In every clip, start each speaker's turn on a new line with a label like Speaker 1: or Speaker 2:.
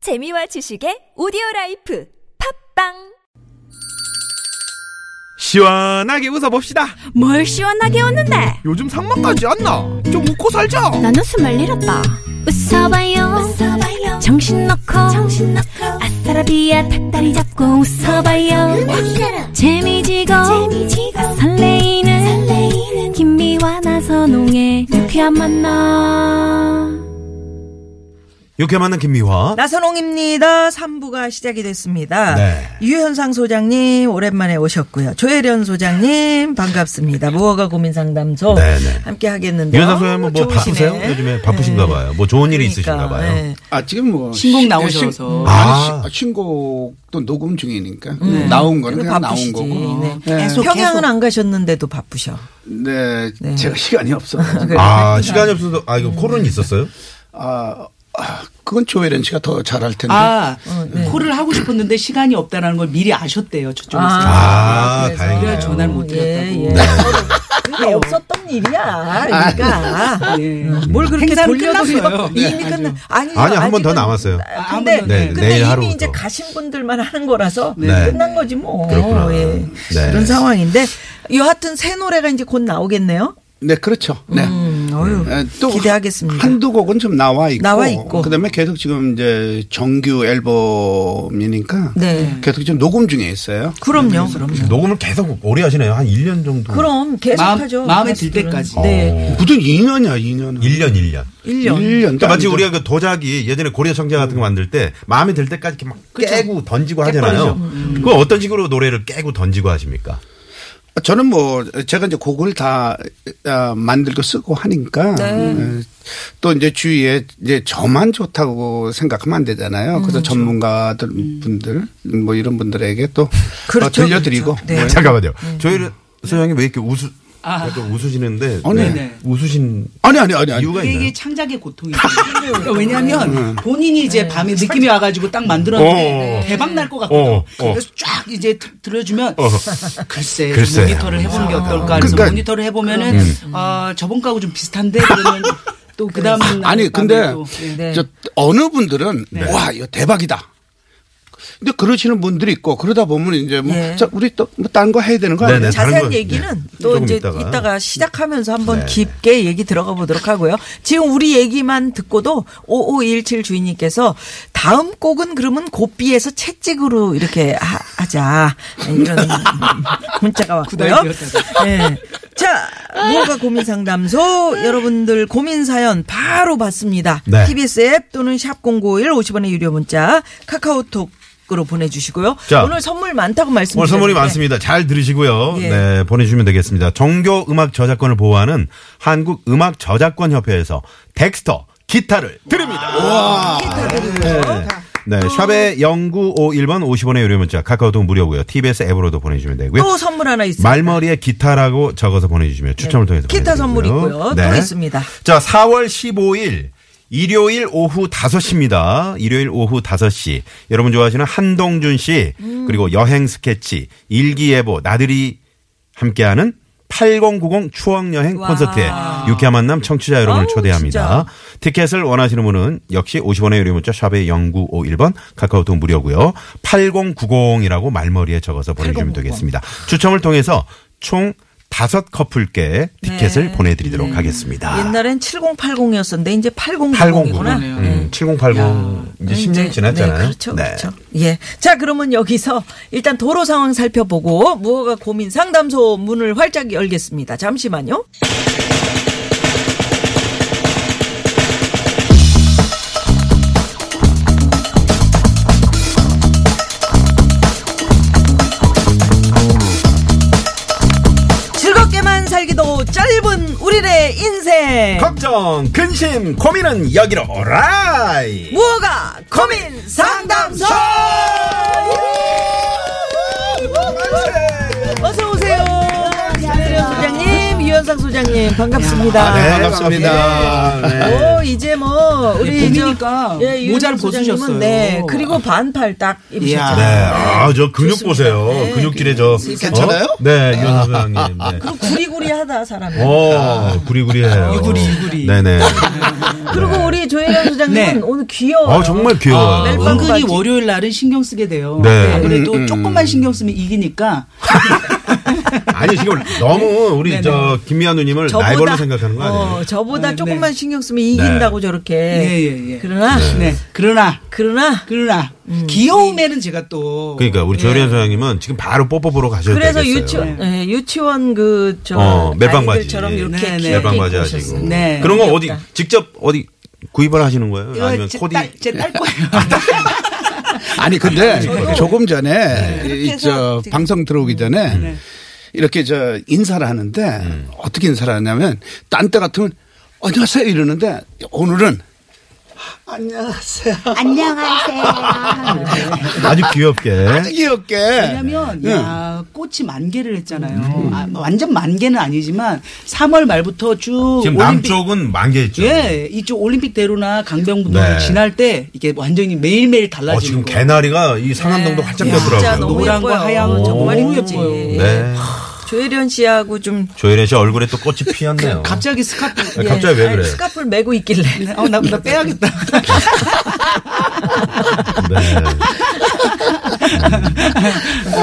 Speaker 1: 재미와 지식의 오디오 라이프 팝빵
Speaker 2: 시원하게 웃어봅시다.
Speaker 3: 뭘 시원하게 웃는데
Speaker 2: 요즘 상만까지 안 나. 좀 웃고 살자.
Speaker 3: 난 웃음을 잃었다 웃어봐요, 정신 놓고 아싸라비아 닭다리 잡고 웃어봐요 재미지고, 설레이는, 김미와 나선홍의 유쾌한 만남
Speaker 4: 이렇게 만난 김미화.
Speaker 5: 나선홍입니다. 3부가 시작이 됐습니다.
Speaker 4: 네.
Speaker 5: 유현상 소장님 오랜만에 오셨고요. 조혜련 소장님 반갑습니다. 무허가 고민 상담소
Speaker 4: 네네.
Speaker 5: 함께 하겠는데.
Speaker 4: 유현상 소장님 뭐 바쁘세요? 요즘에
Speaker 5: 네.
Speaker 4: 바쁘신가 봐요. 뭐 좋은
Speaker 5: 그러니까.
Speaker 4: 일이 있으신가 봐요.
Speaker 6: 아 지금 뭐
Speaker 7: 신곡
Speaker 6: 시-
Speaker 7: 나오셔서.
Speaker 6: 신-
Speaker 4: 아.
Speaker 6: 아니, 시- 신곡도 녹음 중이니까 나온 거는 그냥
Speaker 5: 네. 바쁘시지.
Speaker 6: 나온 거고.
Speaker 5: 네.
Speaker 6: 네.
Speaker 7: 계속,
Speaker 5: 평양은
Speaker 7: 계속.
Speaker 5: 안 가셨는데도 바쁘셔.
Speaker 6: 네,
Speaker 5: 네.
Speaker 6: 제가 시간이 없어.
Speaker 4: 아, 시간이 없어서, 아, 이거 코로나 있었어요?
Speaker 6: 아, 아, 그건 조혜련 씨가 더 잘할 텐데.
Speaker 7: 아,
Speaker 4: 네.
Speaker 7: 코를 하고 싶었는데 시간이 없다라는 걸 미리 아셨대요. 저쪽에서.
Speaker 4: 아,
Speaker 5: 그래서.
Speaker 7: 그래야 전화를
Speaker 4: 다행이네요.
Speaker 7: 못 드렸다고.
Speaker 5: 예, 예. 그게 없었던 일이야. 그러니까.
Speaker 7: 예.
Speaker 5: 뭘 그렇게
Speaker 7: 행사는
Speaker 5: 돌려서
Speaker 7: 끝났어요.
Speaker 5: 이거 이미 끝나 아니
Speaker 4: 아니, 한번더 남았어요.
Speaker 7: 한
Speaker 5: 근데,
Speaker 7: 번더
Speaker 4: 네,
Speaker 5: 근데
Speaker 4: 내일
Speaker 5: 이미
Speaker 4: 하루부터.
Speaker 5: 이제 가신 분들만 하는 거라서
Speaker 4: 네.
Speaker 5: 끝난 거지 뭐.
Speaker 4: 그렇구나.
Speaker 5: 예.
Speaker 4: 네.
Speaker 5: 그런 상황인데 여하튼 새 노래가 이제 곧 나오겠네요.
Speaker 6: 네, 그렇죠. 네.
Speaker 5: 음, 어휴,
Speaker 6: 네,
Speaker 5: 기대하겠습니다.
Speaker 6: 한두 곡은 좀 나와 있고,
Speaker 5: 나와 있고.
Speaker 6: 그다음에 계속 지금 이제 정규 앨범이니까
Speaker 5: 네.
Speaker 6: 계속 지금 녹음 중에 있어요.
Speaker 5: 그럼요. 그럼요.
Speaker 4: 녹음을 계속 오래 하시네요. 한 1년 정도.
Speaker 5: 그럼 계속
Speaker 7: 마음-
Speaker 5: 하죠.
Speaker 7: 마음에
Speaker 5: 가수들은.
Speaker 7: 들 때까지.
Speaker 4: 어.
Speaker 5: 네.
Speaker 6: 무슨 2년이야, 2년.
Speaker 4: 1년, 1년.
Speaker 5: 일 년.
Speaker 4: 그러니까 마치 우리가 그 도자기 예전에 고려 청자 같은 거 만들 때 마음에 들 때까지 이렇게 막 깨고 던지고 하잖아요. 그거 어떤 식으로 노래를 깨고 던지고 하십니까?
Speaker 6: 저는 뭐 제가 이제 곡을 다 아, 만들고 쓰고 하니까
Speaker 5: 네.
Speaker 6: 에, 또 이제 주위에 이제 저만 좋다고 생각하면 안
Speaker 5: 음,
Speaker 6: 되잖아요. 그래서
Speaker 5: 그렇죠.
Speaker 6: 전문가들 분들 뭐 이런 분들에게 또
Speaker 5: 그렇죠,
Speaker 6: 어, 들려드리고
Speaker 5: 그렇죠. 네. 아.
Speaker 6: 뭐
Speaker 4: 잠깐만요. 저희는 소장님 왜 이렇게 웃으, 약간 웃으시는데.
Speaker 6: 어, 네.
Speaker 4: 네. 웃으신
Speaker 6: 아니 아니 아니 아니
Speaker 4: 이유가
Speaker 7: 이게,
Speaker 4: 있나요?
Speaker 7: 이게 창작의 고통이죠. 그러니까 왜냐하면 본인이 이제 밤에 느낌이 와가지고 딱 만들었는데
Speaker 4: 음. 어.
Speaker 7: 대박 날 것 같거든.
Speaker 4: 어, 어.
Speaker 7: 그래서 쫙 이제 드- 들어주면 글쎄, 좀
Speaker 4: 글쎄.
Speaker 7: 모니터를 해보는 게 어떨까. 그래서
Speaker 6: 그러니까-
Speaker 7: 모니터를 해보면은
Speaker 4: 음.
Speaker 7: 아 저번 거하고 좀 비슷한데 그러면 또 그다음 날
Speaker 6: 아니 근데
Speaker 7: 밤에 또, 예.
Speaker 5: 네.
Speaker 6: 저 어느 분들은 와 이거 대박이다. 근데 그러시는 분들이 있고 그러다 보면 이제 뭐
Speaker 5: 네.
Speaker 6: 자, 우리 또 뭐 다른 거 해야 되는 거 아니에요?
Speaker 4: 네, 다른
Speaker 5: 자세한
Speaker 4: 건-
Speaker 5: 얘기는
Speaker 4: 네.
Speaker 5: 또
Speaker 4: 조금
Speaker 5: 이제
Speaker 4: 이따가. 네,
Speaker 5: 이따가, 시작하면서 한번 깊게 얘기 들어가 보도록 하고요. 지금 우리 얘기만 듣고도 5517 주인님께서 다음 곡은 그러면 고삐에서 채찍으로 이렇게 하, 하자 네, 이런 문자가 왔고요.
Speaker 7: 구달기였다고.
Speaker 5: 네. 자, 무허가 고민 상담소 여러분들 고민 사연 바로 받습니다.
Speaker 4: 네.
Speaker 5: TBS 앱 또는 샵 #051 50원의 유료 문자 카카오톡. 으로 보내주시고요.
Speaker 4: 자.
Speaker 5: 오늘 선물 많다고 말씀드렸는데
Speaker 4: 오늘 선물이 많습니다. 잘 들으시고요.
Speaker 5: 예.
Speaker 4: 네, 보내주시면 되겠습니다. 정교 음악 저작권을 보호하는 한국 음악 저작권 협회에서 덱스터 기타를
Speaker 5: 아,
Speaker 4: 드립니다. 네,
Speaker 5: 어.
Speaker 4: 샵에 0951번 50원의 유료 문자 카카오톡 무료고요. TBS 앱으로도 보내주시면 되고요.
Speaker 5: 또 선물 하나 있습니다. 네.
Speaker 4: 말머리에 기타라고 적어서 보내주시면 추첨을 통해서
Speaker 5: 기타 선물
Speaker 4: 보내드리고요. 네.
Speaker 5: 있고요. 또 있습니다.
Speaker 4: 자, 4월 15일 일요일 오후 5시입니다. 일요일 오후 5시. 여러분 좋아하시는 한동준 씨
Speaker 5: 음.
Speaker 4: 그리고 여행 스케치 일기예보 나들이 함께하는 8090 추억여행
Speaker 5: 와.
Speaker 4: 콘서트에 유쾌한 만남 청취자 여러분을
Speaker 5: 아우,
Speaker 4: 초대합니다. 티켓을 원하시는 분은 역시 50원의 유료 문자 샵의 0951번 카카오톡 무료고요. 8090이라고 말머리에 적어서 보내주시면 되겠습니다. 추첨을 통해서 총 다섯 커플께 티켓을 보내드리도록 하겠습니다.
Speaker 5: 네. 옛날엔 7080이었었는데 이제 8090이구나.
Speaker 4: 8090. 음, 7080. 이제 10년 지났잖아요.
Speaker 5: 네, 그렇죠. 그렇죠. 예. 자, 그러면 여기서 일단 도로 상황 살펴보고 무허가 고민 상담소 문을 활짝 열겠습니다. 잠시만요. 즐겁게만 살기도 짧은 우리의 인생.
Speaker 4: 걱정, 근심, 고민은 여기로 오라이.
Speaker 5: 무허가 고민 상담소! 어서 오세요. 김세련 소장님, 유현상 소장님 반갑습니다.
Speaker 4: 아,
Speaker 6: 네, 반갑습니다.
Speaker 5: 오 이제 뭐 우리
Speaker 7: 네. 예, 봄이니까
Speaker 5: 저, 예, 유현상
Speaker 7: 모자를
Speaker 5: 소장님은
Speaker 7: 벗으셨어요. 아.
Speaker 5: 네 그리고 반팔 딱 입으셨죠.
Speaker 4: 네, 아, 저 근육 보세요.
Speaker 5: 네,
Speaker 4: 근육질에 저.
Speaker 6: 괜찮아요?
Speaker 4: 어? 네, 유현수 소장님. 네.
Speaker 5: 그리고 구리구리하다 사람이.
Speaker 4: 어, 구리구리해요.
Speaker 7: 이구리, 이구리.
Speaker 4: 네네.
Speaker 5: 그리고 우리 우리 조혜련 소장님은
Speaker 7: 네.
Speaker 5: 오늘 귀여워.
Speaker 4: 어, 정말
Speaker 7: 아,
Speaker 4: 귀여워요.
Speaker 5: 아, 멜빵
Speaker 4: 어.
Speaker 5: 멜빵까지.
Speaker 7: 은근히 월요일 날은 신경 쓰게 돼요.
Speaker 4: 네.
Speaker 7: 근데 또 조금만 신경 쓰면 이기니까
Speaker 4: 아니 지금 너무 우리 저 김미아 누님을 라이벌로 생각하는 거 아니에요?
Speaker 5: 어, 저보다
Speaker 7: 네,
Speaker 5: 조금만
Speaker 7: 네.
Speaker 5: 신경 쓰면 이긴다고 저렇게.
Speaker 7: 예, 예, 예.
Speaker 5: 그러나
Speaker 7: 네. 그러나
Speaker 5: 그러나
Speaker 7: 그러나 귀여움에는 제가 또
Speaker 4: 그러니까 우리 조혜련 소장님은 지금 바로 뽀뽀 보러 가셔도
Speaker 5: 네. 그래서
Speaker 4: 되겠어요.
Speaker 5: 유치원 예, 유치원 그저
Speaker 4: 어, 멜빵 바지.
Speaker 5: 아이들처럼 이렇게
Speaker 7: 네, 네.
Speaker 5: 귀엽게
Speaker 4: 멜빵 바지
Speaker 5: 입고
Speaker 4: 하시고.
Speaker 5: 오셨어요.
Speaker 7: 네.
Speaker 4: 그런 거 어디
Speaker 5: 귀엽다. 어,
Speaker 4: 직접 어디 구입을 하시는 거예요?
Speaker 7: 이거
Speaker 4: 아니면
Speaker 7: 제
Speaker 4: 코디 아,
Speaker 7: 딸, 제딸 거예요.
Speaker 6: 아니 근데 그 조금 전에 이 저 방송 들어오기 전에 이렇게 저 인사를 하는데 어떻게 인사를 하냐면 딴 때 같으면 안녕하세요 이러는데 오늘은 안녕하세요
Speaker 4: 아주 귀엽게.
Speaker 6: 아주 귀엽게
Speaker 7: 왜냐면
Speaker 4: 네.
Speaker 7: 야 꽃이 만개를 했잖아요.
Speaker 4: 음.
Speaker 7: 아, 완전 만개는 아니지만 3월 말부터 쭉
Speaker 4: 지금
Speaker 7: 올림픽-
Speaker 4: 남쪽은 만개했죠.
Speaker 7: 예, 이쪽 올림픽대로나 강변북로
Speaker 4: 네.
Speaker 7: 지날 때 이게 완전히 매일매일
Speaker 4: 어,
Speaker 7: 달라지는
Speaker 4: 지금
Speaker 7: 거.
Speaker 4: 개나리가 이 상암동도 활짝
Speaker 5: 네. 진짜
Speaker 4: 폈더라고요.
Speaker 5: 너무
Speaker 7: 노랑과
Speaker 5: 예뻐요.
Speaker 7: 하얀 거
Speaker 5: 정말
Speaker 7: 너무
Speaker 5: 예쁘지.
Speaker 7: 예뻐요.
Speaker 4: 네.
Speaker 5: 조혜련 씨하고 좀 예,
Speaker 4: 조혜련 씨 얼굴에 또 꽃이 피었네요.
Speaker 5: 그
Speaker 7: 갑자기 스카프.
Speaker 4: 네, 갑자기 왜
Speaker 5: 아니,
Speaker 4: 그래요?
Speaker 5: 스카프를 메고 있길래.
Speaker 7: 어, 나, 나 빼야겠다.
Speaker 4: 네.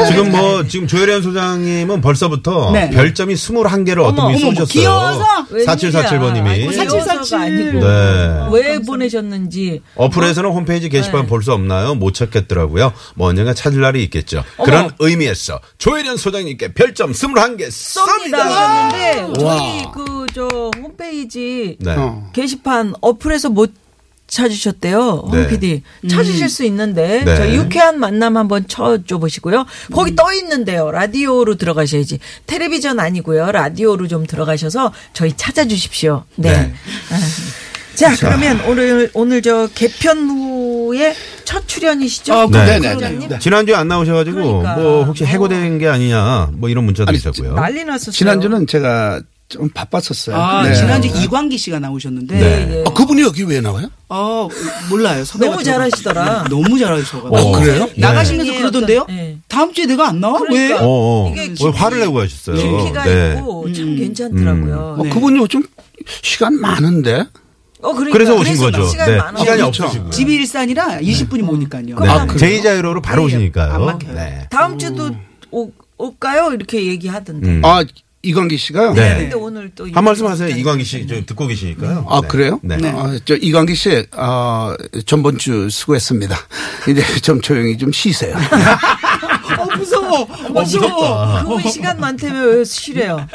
Speaker 4: 지금 뭐 지금 조혜련 소장님은 벌써부터
Speaker 7: 네.
Speaker 4: 별점이 21개를 어떤 분이
Speaker 7: 어머,
Speaker 4: 쏘셨어요.
Speaker 7: 어머, 귀여워서?
Speaker 5: 웬일이야.
Speaker 4: 4747번님이.
Speaker 5: 아이고, 귀여워서가 아니고.
Speaker 4: 네.
Speaker 5: 왜 보내셨는지.
Speaker 4: 어플에서는 홈페이지
Speaker 5: 네.
Speaker 4: 게시판 볼 수 없나요? 못 찾겠더라고요. 뭐 언젠가 찾을 날이 있겠죠. 그런 의미에서 조혜련 소장님께 별점 21개 쏩니다.
Speaker 5: 쏩니다. 그런데 저희 그 저 홈페이지
Speaker 4: 네.
Speaker 6: 어.
Speaker 5: 게시판 어플에서 못 찾으셨대요.
Speaker 4: 네.
Speaker 5: 홍 PD. 찾으실 수 있는데
Speaker 4: 네. 음.
Speaker 5: 저희 유쾌한 만남 한번 쳐줘 보시고요. 거기 떠 있는데요. 라디오로 들어가셔야지. 텔레비전 아니고요. 라디오로 좀 들어가셔서 저희 찾아 주십시오. 네.
Speaker 4: 네.
Speaker 5: 아. 자, 그러면 오늘 오늘 저 개편 후에 첫 출연이시죠?
Speaker 7: 어,
Speaker 4: 네.
Speaker 6: 네네네 네.
Speaker 4: 지난주에 안 나오셔가지고
Speaker 5: 그러니까.
Speaker 4: 뭐 혹시 해고된 게 아니냐 뭐 이런 문자도
Speaker 6: 아니,
Speaker 4: 있었고요.
Speaker 5: 난리
Speaker 6: 네.
Speaker 5: 났었어요.
Speaker 6: 지난주는 제가 좀 바빴었어요
Speaker 7: 아,
Speaker 6: 네.
Speaker 7: 지난주 이광기 씨가
Speaker 4: 네.
Speaker 7: 나오셨는데.
Speaker 5: 네,
Speaker 6: 아, 그분이 여기 왜 나와요?
Speaker 7: 어, 몰라요. 섭외가
Speaker 5: 너무
Speaker 7: 들어가-
Speaker 5: 잘하시더라.
Speaker 7: 네, 너무 잘하셔가
Speaker 4: 어, 그래요?
Speaker 7: 나가시면서
Speaker 5: 네.
Speaker 7: 그러던데요?
Speaker 5: 네.
Speaker 7: 다음 주에 내가 안 나와?
Speaker 5: 그러니까.
Speaker 7: 왜?
Speaker 4: 어, 어.
Speaker 5: 이게
Speaker 4: 왜
Speaker 5: 깊이-
Speaker 4: 화를 내고 하셨어요. 네.
Speaker 5: 기가 있고
Speaker 4: 음.
Speaker 5: 참 괜찮더라고요.
Speaker 6: 어, 그분이 요즘 시간 많은데
Speaker 5: 어, 그러니까.
Speaker 4: 그래서 오신 거죠.
Speaker 5: 시간
Speaker 4: 네.
Speaker 5: 많아.
Speaker 4: 시간이
Speaker 6: 그렇죠.
Speaker 4: 없으시고요.
Speaker 7: 집이 일산이라 20분이 못 오니까요.
Speaker 4: 네.
Speaker 6: 아, 그래요?
Speaker 4: 제2자유로로 바로 오시니까요.
Speaker 7: 막혀요.
Speaker 4: 네.
Speaker 5: 다음 주도 오, 올까요? 이렇게 얘기하던데.
Speaker 4: 음.
Speaker 6: 아 이광기 씨가요?
Speaker 4: 네.
Speaker 5: 근데 오늘 또 네.
Speaker 4: 한 말씀 하세요. 이광기 씨, 저 듣고 계시니까요.
Speaker 6: 아
Speaker 4: 네.
Speaker 6: 그래요?
Speaker 4: 네.
Speaker 6: 아, 저 이광기 씨, 아 전번 주 수고했습니다. 이제 좀 조용히 좀 쉬세요.
Speaker 7: 어, 무서워. 무서워.
Speaker 5: 어, 그분 시간 많다면 왜 쉬래요?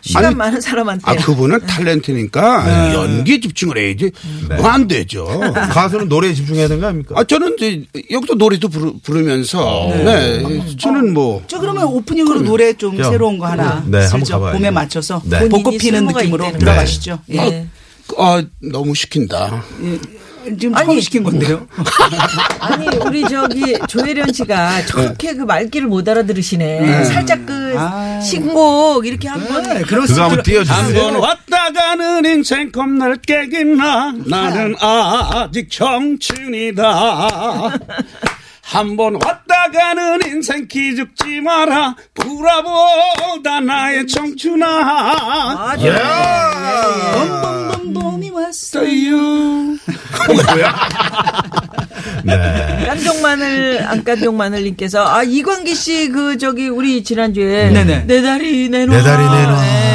Speaker 5: 시간
Speaker 6: 아니,
Speaker 5: 많은 사람한테.
Speaker 6: 아 그분은 탤런트니까 연기 집중을 해야지.
Speaker 4: 네.
Speaker 6: 그거 안 되죠.
Speaker 4: 아, 가수는 노래에 집중해야 되는 거 아닙니까?
Speaker 6: 아 저는 이제 여기서 노래도 부르,
Speaker 4: 어.
Speaker 6: 부르면서 네. 저는 뭐
Speaker 7: 저 그러면
Speaker 5: 어.
Speaker 7: 오프닝으로 노래 좀
Speaker 4: 그럼.
Speaker 7: 새로운 거 하나
Speaker 4: 네, 한번
Speaker 7: 슬쩍
Speaker 4: 가봐야죠.
Speaker 7: 봄에 맞춰서
Speaker 4: 네.
Speaker 7: 벚꽃
Speaker 5: 본인이
Speaker 7: 피는
Speaker 5: 쓸모가
Speaker 7: 느낌으로
Speaker 5: 있다는
Speaker 7: 들어가시죠.
Speaker 5: 예.
Speaker 7: 예.
Speaker 6: 아, 너무 시킨다.
Speaker 7: 지금 처음
Speaker 5: 아니.
Speaker 7: 시킨 건데요.
Speaker 5: 아니 우리 저기 조혜련 씨가 저렇게
Speaker 4: 네.
Speaker 5: 그 말귀를 못 알아들으시네. 살짝 그
Speaker 7: 아.
Speaker 5: 신곡 이렇게 한번
Speaker 7: 네, 그럴
Speaker 4: 네, 그거 한번 띄워주세요.
Speaker 6: 한번 왔다 가는 인생 겁날 깨기나 나는 아직 청춘이다. 한 번 왔다 가는 인생 기죽지 마라 불라보다 나의 청춘아
Speaker 5: 아, 예, 저- 음.
Speaker 7: 봄이 왔어.
Speaker 6: 떠요
Speaker 4: 네.
Speaker 5: 깐종마늘 안깐종마늘님께서 아 이광기 씨 그 저기 우리 지난주에
Speaker 7: 네네.
Speaker 5: 내 다리 내놔 네.
Speaker 4: 내 다리 내놔.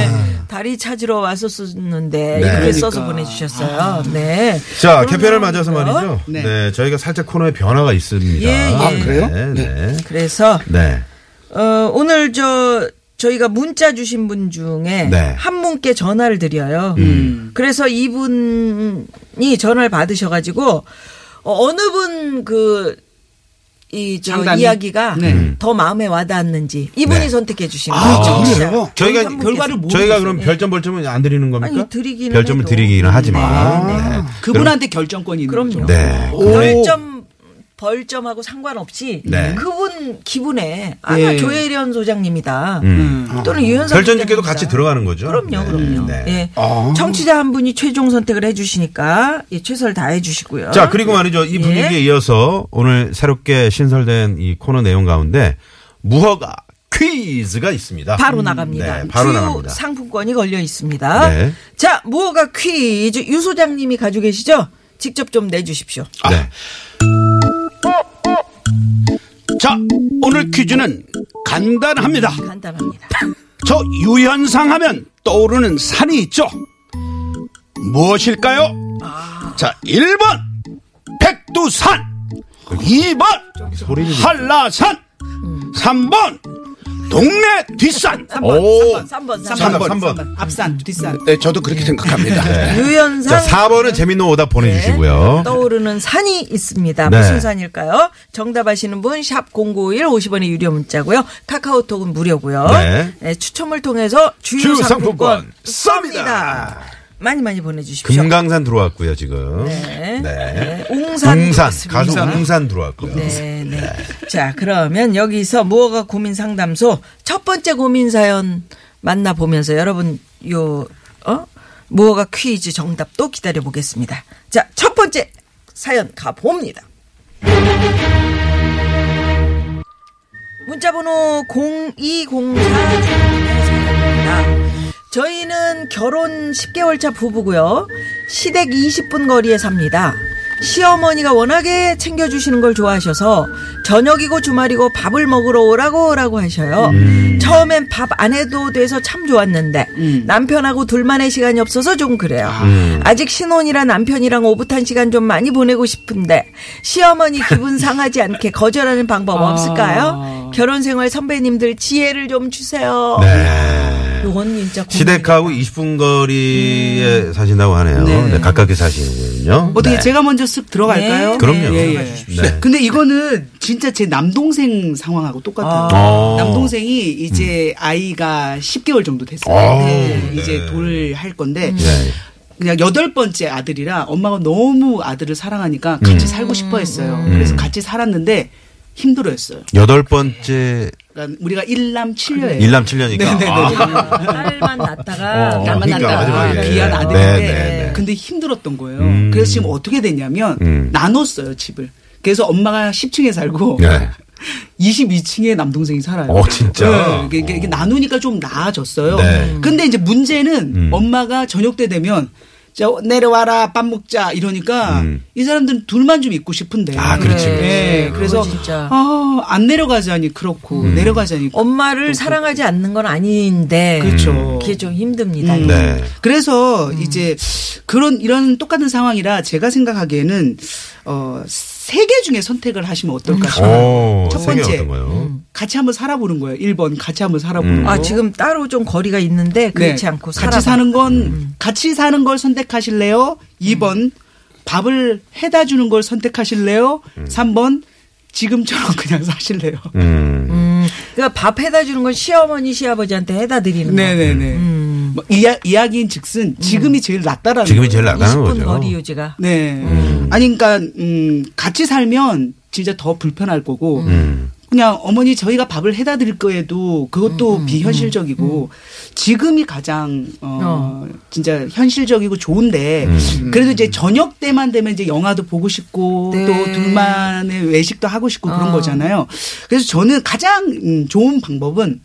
Speaker 5: 다리 찾으러 왔었었는데
Speaker 4: 네.
Speaker 5: 이렇게 써서
Speaker 7: 그러니까.
Speaker 5: 보내주셨어요. 네.
Speaker 4: 자,
Speaker 5: 그러면-
Speaker 4: 개편을 맞아서 말이죠. 네.
Speaker 7: 네.
Speaker 4: 저희가 살짝 코너에 변화가 있습니다.
Speaker 5: 예, 예. 아,
Speaker 6: 그래요?
Speaker 4: 네. 네.
Speaker 5: 그래서
Speaker 4: 네.
Speaker 5: 어, 오늘 저 저희가 문자 주신 분 중에
Speaker 4: 네.
Speaker 5: 한 분께 전화를 드려요.
Speaker 7: 음.
Speaker 5: 그래서 이분이 전화를 받으셔가지고 어, 어느 분그이저
Speaker 7: 상담이?
Speaker 5: 이야기가
Speaker 7: 네. 음.
Speaker 5: 더 마음에 와닿았는지 이분이
Speaker 4: 네.
Speaker 5: 선택해 주신 거예요.
Speaker 6: 아,
Speaker 5: 청취자.
Speaker 6: 그래요?
Speaker 4: 저희가
Speaker 5: 어, 한 분께서.
Speaker 7: 결과를 모르겠어요.
Speaker 4: 저희가 그럼 별점 벌점은 안 드리는 겁니까?
Speaker 5: 아니, 드리기는
Speaker 4: 별점을
Speaker 5: 해도.
Speaker 4: 드리기는 하지만. 네.
Speaker 7: 그분한테 결정권이 있는
Speaker 5: 그럼요.
Speaker 7: 거죠.
Speaker 4: 네. 그분이-
Speaker 5: 별점 벌점하고 상관없이
Speaker 4: 네.
Speaker 5: 그분 기분에 아
Speaker 7: 예.
Speaker 5: 조혜련 소장님이다
Speaker 4: 음.
Speaker 5: 또는 유현상
Speaker 4: 별점 집계도
Speaker 5: 소장님이다.
Speaker 4: 같이 들어가는 거죠.
Speaker 5: 그럼요,
Speaker 4: 네.
Speaker 5: 그럼요.
Speaker 4: 네.
Speaker 5: 예. 청취자 한 분이 최종 선택을 해주시니까 예, 최선을 다해주시고요. 예.
Speaker 4: 자, 그리고 말이죠. 이 분위기에 이어서 오늘 새롭게 신설된 이 코너 내용 가운데 무허가 퀴즈가 있습니다.
Speaker 5: 바로
Speaker 4: 음,
Speaker 5: 나갑니다.
Speaker 4: 네, 바로
Speaker 5: 주요
Speaker 4: 나갑니다.
Speaker 5: 상품권이 걸려 있습니다.
Speaker 4: 네.
Speaker 5: 자, 무허가 퀴즈 유 소장님이 가지고 계시죠? 직접 좀 내주십시오.
Speaker 4: 네.
Speaker 6: 자, 오늘 퀴즈는 간단합니다.
Speaker 5: 간단합니다.
Speaker 6: 저 유현상 하면 떠오르는 산이 있죠. 무엇일까요? 자, 1번 백두산,
Speaker 5: 음.
Speaker 6: 2번 한라산, 3번 동네 뒷산.
Speaker 4: 오.
Speaker 5: 3번, 음. 3번.
Speaker 4: 삼 번,
Speaker 5: 3번.
Speaker 4: 삼 번.
Speaker 7: 음. 앞산, 뒷산.
Speaker 6: 네, 저도 그렇게 생각합니다.
Speaker 5: 네.
Speaker 4: 자,
Speaker 5: 유연상 네.
Speaker 4: 4번은 재밌는 오답 보내주시고요.
Speaker 5: 떠오르는 산이 있습니다.
Speaker 4: 네.
Speaker 5: 무슨 산일까요? 정답 아시는 분 샵 0951 50원의 유료 문자고요. 카카오톡은 무료고요.
Speaker 4: 네.
Speaker 5: 네, 추첨을 통해서 주유
Speaker 4: 주유 상품권
Speaker 5: 상품권
Speaker 4: 쏩니다.
Speaker 5: 쏩니다. 많이 많이 보내주십시오.
Speaker 4: 금강산 들어왔고요, 지금.
Speaker 5: 네.
Speaker 4: 네.
Speaker 5: 네. 웅산.
Speaker 4: 웅산.
Speaker 5: 있습니다.
Speaker 4: 가수 웅산 들어왔고요.
Speaker 5: 네, 네. 자, 그러면 여기서 무허가 고민 상담소 첫 번째 고민 사연 만나보면서 여러분 요, 어? 무허가 퀴즈 정답도 기다려보겠습니다. 자, 첫 번째 사연 가봅니다. 문자번호 0204입니다. 저희는 결혼 10개월 차 부부고요. 시댁 20분 거리에 삽니다. 시어머니가 워낙에 챙겨주시는 걸 좋아하셔서 저녁이고 주말이고 밥을 먹으러 오라고 오라고 하셔요. 처음엔 밥 안 해도 돼서 참 좋았는데
Speaker 7: 음.
Speaker 5: 남편하고 둘만의 시간이 없어서 좀 그래요.
Speaker 4: 음.
Speaker 5: 아직 신혼이라 남편이랑 오붓한 시간 좀 많이 보내고 싶은데 시어머니 기분 상하지 않게 거절하는 방법
Speaker 7: 아.
Speaker 5: 없을까요? 결혼 생활 선배님들 지혜를 좀 주세요.
Speaker 4: 네.
Speaker 5: 요건 진짜
Speaker 4: 시댁하고 20분 거리에
Speaker 5: 음.
Speaker 4: 사신다고 하네요.
Speaker 7: 네.
Speaker 4: 네, 가깝게 사시는군요.
Speaker 7: 어떻게
Speaker 4: 네.
Speaker 7: 제가 먼저 쓱 들어갈까요?
Speaker 5: 네.
Speaker 4: 그럼요.
Speaker 7: 예, 예.
Speaker 4: 네.
Speaker 7: 근데 이거는 진짜 제 남동생 상황하고 똑같아요.
Speaker 4: 아.
Speaker 7: 남동생이 이제 아이가 10개월 정도 됐어요.
Speaker 4: 음. 아,
Speaker 7: 네.
Speaker 4: 네.
Speaker 7: 이제 돌 할 건데
Speaker 4: 네.
Speaker 7: 그냥 여덟 번째 아들이라 엄마가 너무 아들을 사랑하니까
Speaker 4: 음.
Speaker 7: 같이 살고 싶어 했어요. 그래서 같이 살았는데 힘들어 했어요.
Speaker 4: 여덟 번째
Speaker 7: 그러니까 우리가 일남
Speaker 5: 네.
Speaker 7: 칠녀예요. 네,
Speaker 4: 일남 칠년이까 아.
Speaker 5: 딸만 낳다가
Speaker 4: 어,
Speaker 7: 딸만
Speaker 4: 그러니까
Speaker 7: 낳다가
Speaker 4: 마지막에.
Speaker 7: 귀한
Speaker 4: 네,
Speaker 7: 아들인데
Speaker 4: 네, 음. 네.
Speaker 7: 근데 힘들었던 거예요. 그래서 지금 어떻게 됐냐면
Speaker 4: 음.
Speaker 7: 나눴어요 집을. 그래서 엄마가 10층에 살고
Speaker 4: 네.
Speaker 7: 22층에 남동생이 살아요.
Speaker 4: 어, 진짜? 어.
Speaker 7: 네, 이게- 이게, 이게 나누니까 좀 나아졌어요.
Speaker 4: 네. 음.
Speaker 7: 근데 이제 문제는 엄마가 저녁 때 되면 자 내려와라 밥 먹자 이러니까 이 사람들은 둘만 좀 있고 싶은데.
Speaker 4: 음. 아, 그렇지, 음.
Speaker 7: 네,
Speaker 5: 그렇지.
Speaker 7: 그래서
Speaker 5: 그거 어, 진짜.
Speaker 7: 아, 안 내려가자니 그렇고 내려가자니
Speaker 5: 엄마를 사랑하지 않는 건 아닌데
Speaker 7: 그- 그렇죠.
Speaker 5: 게좀 힘듭니다.
Speaker 7: 음.
Speaker 4: 네.
Speaker 7: 그래서
Speaker 5: 음.
Speaker 7: 이제 그런 이런 똑같은 상황이라 제가 생각하기에는 어세 개 중에 선택을 하시면 어떨까 싶어요.
Speaker 4: 오,
Speaker 7: 첫
Speaker 4: 세계
Speaker 7: 번째.
Speaker 4: 음.
Speaker 7: 음.
Speaker 4: 어떤 거요?
Speaker 7: 같이 한번 살아보는 거예요. 1번 같이 한번 살아보는
Speaker 4: 음.
Speaker 7: 거.
Speaker 5: 아 지금 따로 좀 거리가 있는데 그렇지
Speaker 7: 네.
Speaker 5: 않고 음. 살아
Speaker 7: 같이 사는 건 같이 사는 걸 선택하실래요?
Speaker 5: 음.
Speaker 7: 2번 밥을 해다 주는 걸 선택하실래요? 3번 지금처럼 그냥 사실래요?
Speaker 4: 음.
Speaker 5: 그러니까 밥 해다 주는 건 시어머니 시아버지한테 해다 드리는 거.
Speaker 7: 네네네.
Speaker 5: 음.
Speaker 7: 뭐 이야, 이야기인 즉슨 지금이 제일 낫다라는
Speaker 4: 지금이
Speaker 7: 거예요.
Speaker 4: 제일 나가는
Speaker 5: 20분
Speaker 4: 거죠.
Speaker 5: 거리 유지가.
Speaker 7: 네. 아니 그러니까 음 같이 살면 진짜 더 불편할 거고
Speaker 4: 음.
Speaker 7: 그냥 어머니 저희가 밥을 해다 드릴 거에도
Speaker 5: 음,
Speaker 7: 그것도 비현실적이고 지금이 가장 어, 진짜 현실적이고 좋은데 그래도 이제 저녁 때만 되면 이제 영화도 보고 싶고
Speaker 5: 네. 어.
Speaker 7: 또 둘만의 외식도 하고 싶고 그런 거잖아요. 그래서 저는 가장 음, 좋은 방법은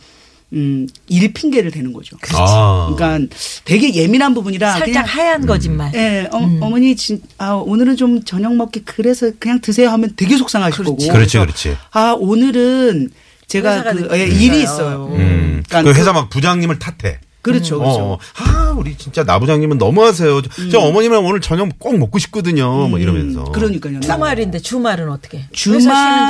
Speaker 7: 음, 일 핑계를 대는 거죠.
Speaker 4: 아.
Speaker 7: 그러니까 되게 예민한 부분이라
Speaker 5: 살짝
Speaker 7: 아, 그냥
Speaker 5: 하얀
Speaker 4: 음.
Speaker 5: 거짓말.
Speaker 7: 예, 어, 머니 진, 아, 오늘은 좀 저녁 먹기 그래서 그냥 드세요 하면 되게 속상하실 거고.
Speaker 4: 그렇지, 그렇지.
Speaker 7: 아, 오늘은 제가
Speaker 5: 회사가
Speaker 7: 그,
Speaker 5: 느끼는
Speaker 7: 예,
Speaker 5: 있어요.
Speaker 7: 일이 있어요.
Speaker 4: 음.
Speaker 7: 그러니까
Speaker 4: 그 회사 막 부장님을 탓해.
Speaker 7: 그, 렇죠 그렇죠. 음.
Speaker 4: 어, 어. 아, 우리 진짜 나 부장님은 너무하세요. 저, 저 어머님은 오늘 저녁 꼭 먹고 싶거든요. 뭐 이러면서.
Speaker 7: 그러니까요. 나-
Speaker 5: 주말인데 주말은 어떻게?
Speaker 7: 주말-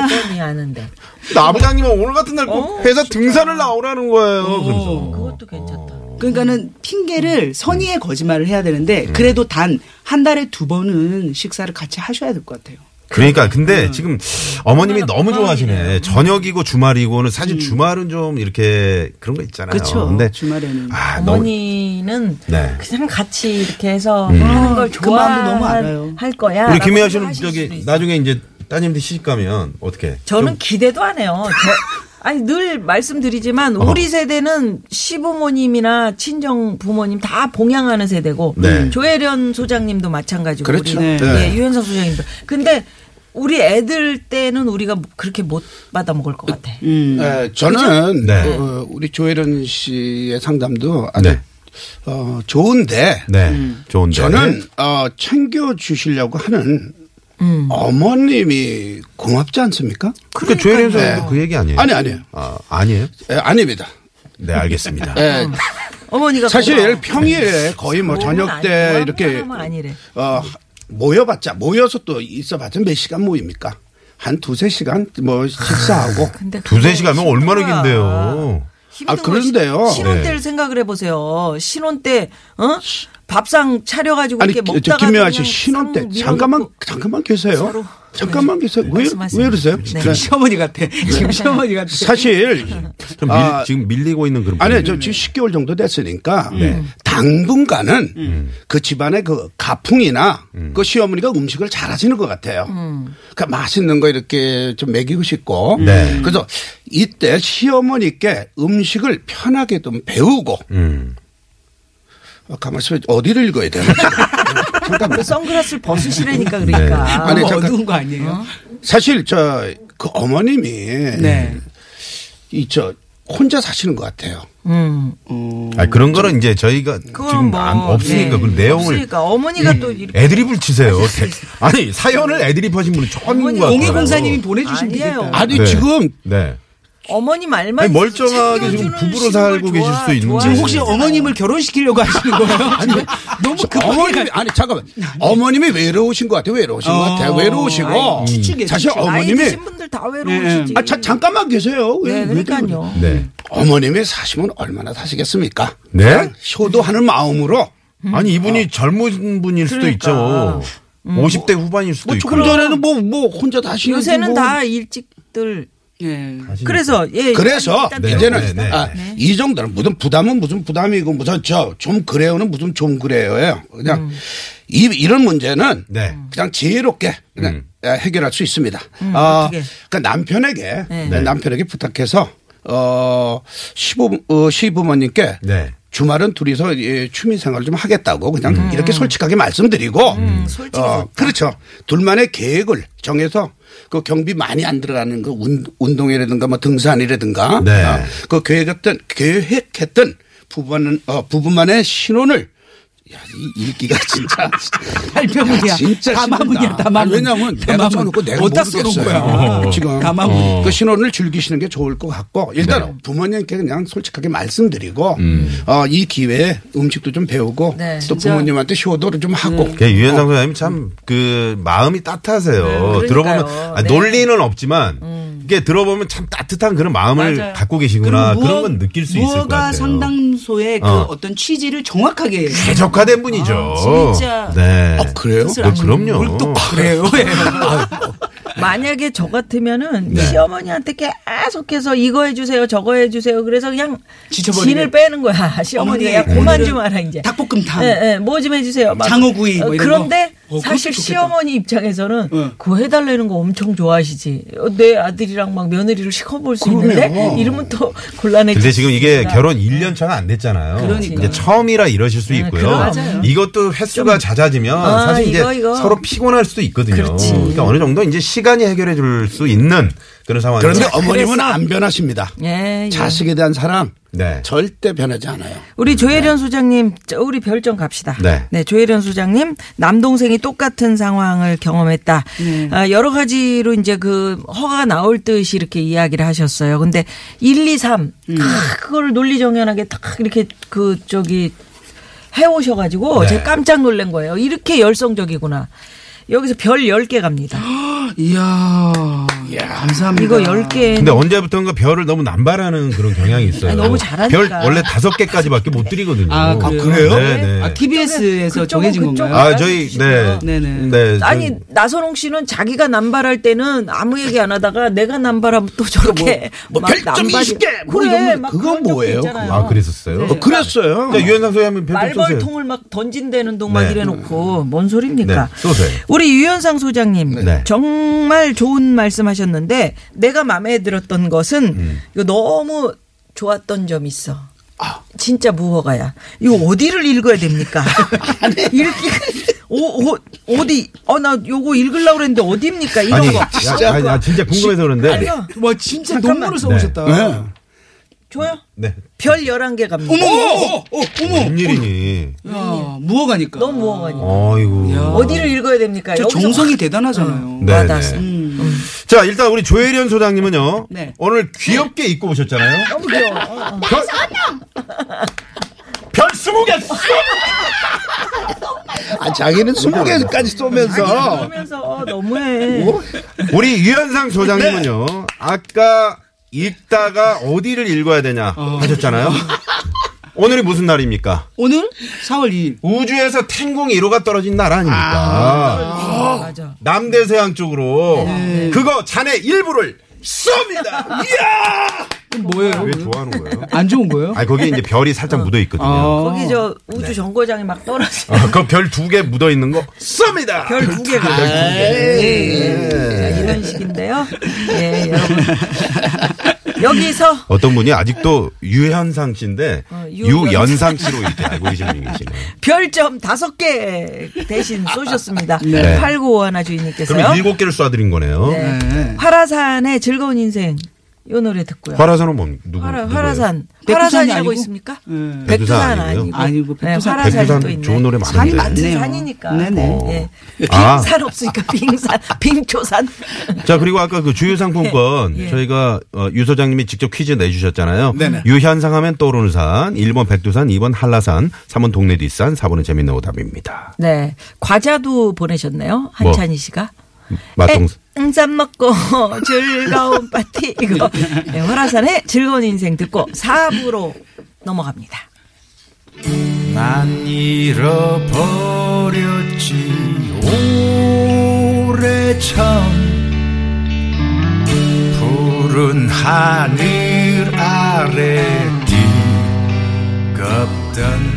Speaker 5: 회사 쉬는지 뻔히 아는데.
Speaker 4: 나 부장님은 오늘 같은 날
Speaker 7: 어,
Speaker 4: 꼭 회사 등산을 나오라는 거예요. 그래서.
Speaker 5: 그것도 괜찮다.
Speaker 4: 어. 음.
Speaker 7: 그러니까는 핑계를 선의의 거짓말을 해야 되는데 그래도 단 한 달에 두 번은 식사를 같이 하셔야 될 것 같아요.
Speaker 4: 그러니까
Speaker 7: 음.
Speaker 4: 근데 지금 어머님이 너무 좋아하시네. 저녁이고 주말이고는 사실 주말은 좀 이렇게 그런 거 있잖아요.
Speaker 7: 음. 그렇죠.
Speaker 4: 근데
Speaker 7: 주말에는.
Speaker 4: 아, 너무
Speaker 5: 어머니는
Speaker 4: 네. 음.
Speaker 5: 그냥 같이 이렇게 해서 하는 걸
Speaker 7: 그 마음도 너무
Speaker 5: 좋아할
Speaker 7: 알아요.
Speaker 5: 할 거야.
Speaker 4: 우리 김혜아
Speaker 5: 라고
Speaker 4: 씨는
Speaker 5: 하실 수도
Speaker 4: 저기
Speaker 5: 있어요.
Speaker 4: 나중에 이제 따님들 시집 가면 어떻게?
Speaker 5: 저는 기대도 안 해요. 저- 아니 늘 말씀드리지만
Speaker 6: 어.
Speaker 5: 우리 세대는 시부모님이나 친정 부모님 다 봉양하는 세대고
Speaker 4: 네.
Speaker 5: 조혜련 소장님도 마찬가지고
Speaker 6: 그렇죠.
Speaker 5: 우리
Speaker 6: 네.
Speaker 5: 예, 유현석 소장님도. 근데 우리 애들 때는 우리가 그렇게 못 받아 먹을 것 같아.
Speaker 7: 음.
Speaker 6: 에, 저는
Speaker 5: 그렇죠?
Speaker 6: 그,
Speaker 4: 네.
Speaker 6: 어, 우리 조혜련 씨의 상담도 아주
Speaker 4: 네.
Speaker 6: 어, 좋은데
Speaker 4: 네.
Speaker 5: 음.
Speaker 4: 좋은데.
Speaker 6: 저는 어, 챙겨 주시려고 하는
Speaker 5: 음.
Speaker 6: 어머님이 고맙지 않습니까?
Speaker 4: 그러니까 조혜련 선생님
Speaker 6: 네.
Speaker 4: 그 얘기 아니에요?
Speaker 6: 아니, 아니에요.
Speaker 4: 아, 아니에요?
Speaker 6: 예, 아닙니다.
Speaker 4: 네, 알겠습니다.
Speaker 6: 예,
Speaker 5: 어머니가
Speaker 6: 사실
Speaker 5: 고마워.
Speaker 6: 평일에 거의 뭐 저녁 때
Speaker 5: 고마운
Speaker 6: 이렇게
Speaker 5: 사람은 아니래.
Speaker 6: 어, 모여봤자 모여서 또 있어봤자 몇 시간 모입니까? 한 두세 시간 뭐 식사하고
Speaker 5: 근데
Speaker 4: 두세
Speaker 5: 그거
Speaker 4: 시간이면 얼마나
Speaker 5: 힘들어요.
Speaker 4: 긴데요.
Speaker 5: 힘든
Speaker 6: 아, 그런데요.
Speaker 5: 거 시- 신혼
Speaker 4: 네.
Speaker 5: 때를 생각을 해보세요. 신혼 때 어? 밥상 차려가지고
Speaker 6: 아니
Speaker 5: 이렇게
Speaker 6: 기- 저
Speaker 5: 먹다가
Speaker 6: 김혜아 씨
Speaker 5: 그냥
Speaker 6: 신혼 때
Speaker 5: 쌍 밀어놓고
Speaker 6: 잠깐만 잠깐만 계세요.
Speaker 5: 서로. 네.
Speaker 6: 잠깐만 계세요. 왜,
Speaker 5: 말씀하세요.
Speaker 6: 왜 이러세요?
Speaker 5: 네.
Speaker 6: 네.
Speaker 7: 시어머니 같아. 지금 시어머니 같아.
Speaker 6: 사실
Speaker 4: 좀 밀-
Speaker 6: 아,
Speaker 4: 지금 밀리고 있는 그런
Speaker 6: 아니
Speaker 4: 분위기.
Speaker 6: 저 지금 10개월 정도 됐으니까 당분간은 그 집안의 그 가풍이나 그 시어머니가 음식을 잘하시는 것 같아요.
Speaker 5: 음.
Speaker 6: 그러니까 맛있는 거 이렇게 좀 먹이고 싶고
Speaker 4: 네.
Speaker 6: 그래서 이때 시어머니께 음식을 편하게 좀 배우고
Speaker 4: 음.
Speaker 6: 어, 가만있어 어디를 읽어야 되나? 지금. 잠깐만.
Speaker 5: 그 선글라스를 벗으시라니까
Speaker 4: 네.
Speaker 5: 그러니까.
Speaker 6: 네. 아니,
Speaker 7: 너무
Speaker 6: 잠깐.
Speaker 7: 어두운 거 아니에요?
Speaker 6: 사실 저 그 어머님이
Speaker 7: 네.
Speaker 6: 이 저 혼자 사시는 것 같아요.
Speaker 5: 음.
Speaker 4: 아, 그런 거는 이제 저희가 지금
Speaker 5: 그건 뭐
Speaker 4: 안- 없으니까
Speaker 5: 네.
Speaker 4: 그 내용을 음.
Speaker 5: 없으니까 어머니가 또 이렇게
Speaker 4: 애드립을 치세요. 대- 아니 사연을 애드립 하신 분은 처음인
Speaker 5: 어머니,
Speaker 4: 것 같아요.
Speaker 7: 공예공사님이 보내주신
Speaker 5: 아니에요.
Speaker 7: 되겠다.
Speaker 6: 아니
Speaker 4: 네.
Speaker 6: 지금
Speaker 5: 뭐
Speaker 4: 네.
Speaker 5: 어머니 말만
Speaker 4: 아니, 멀쩡하게 지금
Speaker 5: 챙겨주는
Speaker 4: 부부로
Speaker 5: 식을
Speaker 4: 살고 계실
Speaker 5: 좋아-
Speaker 4: 수 있는데.
Speaker 7: 지금
Speaker 5: 좋아하시는
Speaker 7: 혹시
Speaker 5: 거잖아요.
Speaker 7: 어머님을 결혼시키려고 하시는 거예요? 너무 급하게
Speaker 6: 어머님이 아니 잠깐만 어머님이 외로우신 것 같아요 외로우신 것 같아요 외로우시고
Speaker 5: 네. 어. 아이, 추측이에요,
Speaker 6: 사실
Speaker 5: 추측.
Speaker 6: 어머님이
Speaker 5: 나이 드신 분들 다 외로우시지.
Speaker 6: 아 자, 잠깐만 계세요 왜,
Speaker 5: 네,
Speaker 6: 왜
Speaker 5: 그러니까요.
Speaker 4: 네.
Speaker 6: 그러세요? 어머님이 사시면 얼마나 사시겠습니까 어?
Speaker 4: 네?
Speaker 6: 효도하는 마음으로
Speaker 4: 아니 이분이 젊은 분일 수도 있죠. 50대 후반일 수도
Speaker 6: 뭐
Speaker 4: 있고.
Speaker 6: 조금 전에는 뭐 뭐 혼자 다시는
Speaker 5: 요새는
Speaker 6: 뭐.
Speaker 5: 다 일찍들
Speaker 7: 예.
Speaker 5: 그래서 예
Speaker 6: 그래서
Speaker 5: 일단
Speaker 4: 네,
Speaker 6: 이제는
Speaker 4: 네, 네.
Speaker 6: 아, 이 정도는 무슨 부담은 무슨 부담이고 무슨 저 좀 그래요는 무슨 좀 그래요예요. 그냥
Speaker 5: 음.
Speaker 6: 이, 이런 문제는
Speaker 4: 네.
Speaker 6: 그냥 지혜롭게 그냥 예, 해결할 수 있습니다. 아,
Speaker 5: 음, 어떻게?
Speaker 6: 그러니까 남편에게
Speaker 5: 네.
Speaker 6: 남편에게 부탁해서 어 시부 어, 시부모님께
Speaker 4: 네.
Speaker 6: 주말은 둘이서 예, 취미 생활을 좀 하겠다고 그냥 이렇게 솔직하게 말씀드리고
Speaker 5: 음. 솔직히
Speaker 6: 어, 그렇죠. 둘만의 계획을 정해서 그 경비 많이 안 들어가는 그 운, 운동이라든가 뭐 등산이라든가
Speaker 4: 네.
Speaker 6: 어, 그 계획했던 계획했던 부부는 어, 부부만의 신혼을 야, 이 일기가 진짜
Speaker 7: 달병문이야.
Speaker 6: 야, 진짜
Speaker 7: 담화문이야,
Speaker 6: 힘들다.
Speaker 7: 담화문.
Speaker 6: 아니, 왜냐면 내가
Speaker 7: 담화문.
Speaker 6: 써놓고 내가
Speaker 7: 어디다 써놓은 거야?
Speaker 6: 모르겠어요. 지금
Speaker 7: 담화문.
Speaker 6: 그 신혼을 즐기시는 게 좋을 것 같고 일단
Speaker 7: 네.
Speaker 6: 부모님께 그냥 솔직하게 말씀드리고
Speaker 7: 음.
Speaker 6: 어, 이 기회에 음식도 좀 배우고
Speaker 5: 네, 음.
Speaker 6: 또 부모님한테 효도를 좀 하고
Speaker 4: 그 유현상 선생님 참 그 마음이 따뜻하세요.
Speaker 5: 네,
Speaker 4: 들어보면
Speaker 5: 그러니까요.
Speaker 4: 아,
Speaker 5: 네.
Speaker 4: 논리는 없지만 이게 들어보면 참 따뜻한 그런 마음을
Speaker 7: 맞아요.
Speaker 4: 갖고 계시구나
Speaker 7: 그리고 뭐
Speaker 4: 그런
Speaker 7: 무어-
Speaker 4: 건 느낄 수 있을 것
Speaker 7: 무어가
Speaker 4: 같아요.
Speaker 7: 상담소의 그
Speaker 4: 어.
Speaker 7: 어. 떤 취지를 정확하게
Speaker 4: 최적화된 분이죠.
Speaker 7: 아, 진짜.
Speaker 4: 네.
Speaker 6: 아, 그래요?
Speaker 4: 네, 그럼요.
Speaker 7: 뭘또 그래요?
Speaker 5: 만약에 저 같으면은
Speaker 4: 네.
Speaker 5: 시어머니한테 계속해서 이거 해주세요 저거 해주세요 그래서 그냥
Speaker 7: 지쳐버리게.
Speaker 5: 진을 빼는 거야 시어머니가 야
Speaker 7: 어머니,
Speaker 5: 그만
Speaker 7: 오늘은
Speaker 5: 좀 하라 이제
Speaker 7: 예. 닭볶음탕.
Speaker 5: 예예뭐좀 해주세요 막.
Speaker 7: 장어구이 뭐
Speaker 5: 어,
Speaker 7: 이런
Speaker 5: 그런데
Speaker 7: 거. 어,
Speaker 5: 사실
Speaker 7: 그것도 좋겠다.
Speaker 5: 시어머니 입장에서는
Speaker 7: 응.
Speaker 5: 그거 해달라는 거 엄청 좋아하시지 어, 내 아들이랑 막 며느리를 시켜볼 수 있는데 이러면 또 곤란해지
Speaker 4: 근데 지금 이게 결혼 1년 차가 안 됐잖아요.
Speaker 7: 그러니까.
Speaker 4: 이제 처음이라 이러실 수 있고요.
Speaker 5: 그럼. 맞아요.
Speaker 4: 이것도 횟수가 잦아지면
Speaker 5: 아,
Speaker 4: 사실 이제
Speaker 5: 이거, 이거.
Speaker 4: 서로 피곤할 수도 있거든요.
Speaker 5: 그렇지.
Speaker 4: 러니까 어느 정도 이제 시간이 해결해 줄 수 있는 그런 상황이
Speaker 6: 그런데 어머님은 안 변하십니다.
Speaker 5: 예, 예.
Speaker 6: 자식에 대한 사랑
Speaker 4: 네.
Speaker 6: 절대 변하지 않아요.
Speaker 5: 우리 조혜련 소장님, 저 우리 별점 갑시다.
Speaker 4: 네.
Speaker 5: 조혜련 소장님, 남동생이 똑같은 상황을 경험했다.
Speaker 4: 네.
Speaker 5: 아, 여러 가지로 이제 그 허가 나올 듯이 이렇게 이야기를 하셨어요. 근데 1, 2, 3,
Speaker 4: 음.
Speaker 5: 다 아, 그거를 논리정연하게 딱 이렇게 그 저기 해오셔가지고
Speaker 4: 네.
Speaker 5: 제가 깜짝 놀란 거예요. 이렇게 열성적이구나. 여기서 별 10개 갑니다.
Speaker 7: 이야. 감사합니다.
Speaker 5: 이거 10개.
Speaker 4: 아. 근데 언제부턴가 별을 너무 남발하는 그런 경향이 있어요.
Speaker 5: 네. 아니, 너무 잘하니까.
Speaker 4: 별 원래 다섯 개까지밖에 못 드리거든요.
Speaker 7: 아, 그래요?
Speaker 4: 네, 네.
Speaker 7: 아, TBS에서
Speaker 5: 그쪽은
Speaker 7: 정해진
Speaker 5: 그쪽.
Speaker 7: 건가요?
Speaker 4: 아, 저희 네.
Speaker 7: 네네.
Speaker 4: 네, 저-
Speaker 5: 아니 나선홍 씨는 자기가 남발할 때는 아무 얘기 안 하다가 내가 남발하면 또 저렇게
Speaker 6: 뭐
Speaker 5: 막
Speaker 6: 별점
Speaker 5: 남발이-
Speaker 6: 20개 뭐
Speaker 5: 그래
Speaker 6: 이러면
Speaker 5: 막
Speaker 6: 그건
Speaker 5: 그런 적도
Speaker 6: 뭐예요?
Speaker 5: 있잖아요.
Speaker 4: 아,
Speaker 7: 네.
Speaker 4: 그랬었어요.
Speaker 6: 어, 그랬어요.
Speaker 4: 자, 유현상 소위 한번 별점 쏘세요.
Speaker 5: 네. 말벌통을 막 던진다는 동막
Speaker 4: 네.
Speaker 5: 이래놓고 뭔 소리입니까?
Speaker 4: 네, 쏘세요.
Speaker 5: 우리 유현상 소장님
Speaker 4: 네.
Speaker 5: 정말 좋은 말씀하셨는데 내가 마음에 들었던 것은 이거 너무 좋았던 점이 있어. 진짜 무허가야. 이거 어디를 읽어야 됩니까? 읽기 오, 오, 어디 어 나 요거 읽으려고 그랬는데 어디입니까? 이런
Speaker 4: 아니,
Speaker 5: 거. 뭐,
Speaker 4: 야, 아니, 아, 진짜 궁금해서 그런데
Speaker 5: 아니요.
Speaker 7: 와, 진짜
Speaker 5: 잠깐만.
Speaker 7: 논문을 써오셨다.
Speaker 6: 네.
Speaker 5: 줘요?
Speaker 4: 네.
Speaker 5: 별 11개 갑니다.
Speaker 7: 어머, 어머, 어머, 어머.
Speaker 4: 웬일이니?
Speaker 7: 야, 무어가니까.
Speaker 5: 너무 무어가니까.
Speaker 4: 아이고.
Speaker 5: 어디를 읽어야 됩니까?
Speaker 7: 저
Speaker 5: 여기서
Speaker 7: 정성이 대단하잖아요.
Speaker 4: 네, 네.
Speaker 5: 와닿았어요.
Speaker 7: 음.
Speaker 4: 자, 일단 우리 조혜련 소장님은요.
Speaker 7: 네.
Speaker 4: 오늘 귀엽게 입고 오셨잖아요. 너무 귀여워. 별, 별 20개!
Speaker 6: 아, 자기는 20개까지 쏘면서
Speaker 5: 하면서 어, 너무해.
Speaker 4: 우리 유현상 소장님은요. 아까 읽다가 어디를 읽어야 되냐 하셨잖아요. 오늘이 무슨 날입니까?
Speaker 7: 오늘 4월 2일.
Speaker 4: 우주에서 탱공 1호가 떨어진 날 아닙니까?
Speaker 5: 맞아.
Speaker 4: 남대서양 쪽으로 그거 자네 일부를 쏩니다. 이야!
Speaker 7: 뭐예요?
Speaker 4: 왜 좋아하는 거예요?
Speaker 7: 안 좋은 거예요?
Speaker 4: 아 거기에 이제 별이 살짝 묻어 있거든요.
Speaker 7: 아.
Speaker 5: 거기 저 우주 정거장이 막 떨어져.
Speaker 4: 그별 두 개 묻어 있는 거 쏩니다.
Speaker 5: 별 두 개가.
Speaker 4: 아,
Speaker 5: 예. 자, 이런 식인데요. 예, 여러분. 여기서
Speaker 4: 어떤 분이 아직도 유현상 씨인데
Speaker 5: 어, 유연상.
Speaker 4: 유연상 씨로 이렇게 알고 계시는 분이 계시네요.
Speaker 5: 별점 다섯 개 대신 쏘셨습니다.
Speaker 4: 네.
Speaker 5: 895 하나
Speaker 4: 그럼
Speaker 5: 주인님께서요.
Speaker 4: 일곱 개를 쏴드린 거네요.
Speaker 5: 네. 화라산의 즐거운 인생 요 노래 듣고요.
Speaker 4: 화라산은 네, 뭡니까? 누구?
Speaker 5: 화라,
Speaker 4: 누구예요?
Speaker 5: 화라산.
Speaker 7: 백두산이
Speaker 5: 화라산이라고
Speaker 7: 아니고?
Speaker 5: 있습니까?
Speaker 7: 예.
Speaker 4: 네, 백두산
Speaker 5: 백두산
Speaker 4: 아니고요?
Speaker 5: 아니고.
Speaker 7: 아니고 백두산.
Speaker 5: 네, 화라산이 또
Speaker 4: 백두산
Speaker 5: 있네.
Speaker 4: 좋은 노래
Speaker 7: 산이
Speaker 4: 많은데.
Speaker 7: 많네.
Speaker 5: 같은
Speaker 7: 맞네요.
Speaker 5: 산이니까.
Speaker 7: 네네.
Speaker 4: 어.
Speaker 5: 예.
Speaker 4: 아.
Speaker 5: 빙산 없으니까 빙산, 빙초산.
Speaker 4: 자 그리고 아까 그 주요 상품권
Speaker 5: 예.
Speaker 4: 저희가 어, 유 소장님이 직접 퀴즈 내주셨잖아요.
Speaker 6: 네네.
Speaker 4: 유현상 하면 떠오르는 산, 1번 백두산, 2번 한라산, 3번 동네 뒷산, 4번은 재밌는 오답입니다.
Speaker 5: 네. 과자도 보내셨네요. 한찬희 씨가.
Speaker 4: 마동
Speaker 5: 응삼 먹고 즐거운 파티 이거 네, 화라산의 즐거운 인생 듣고 4부로 넘어갑니다.
Speaker 8: 난 잃어버렸지 오래전 푸른 하늘 아래 뒤겁던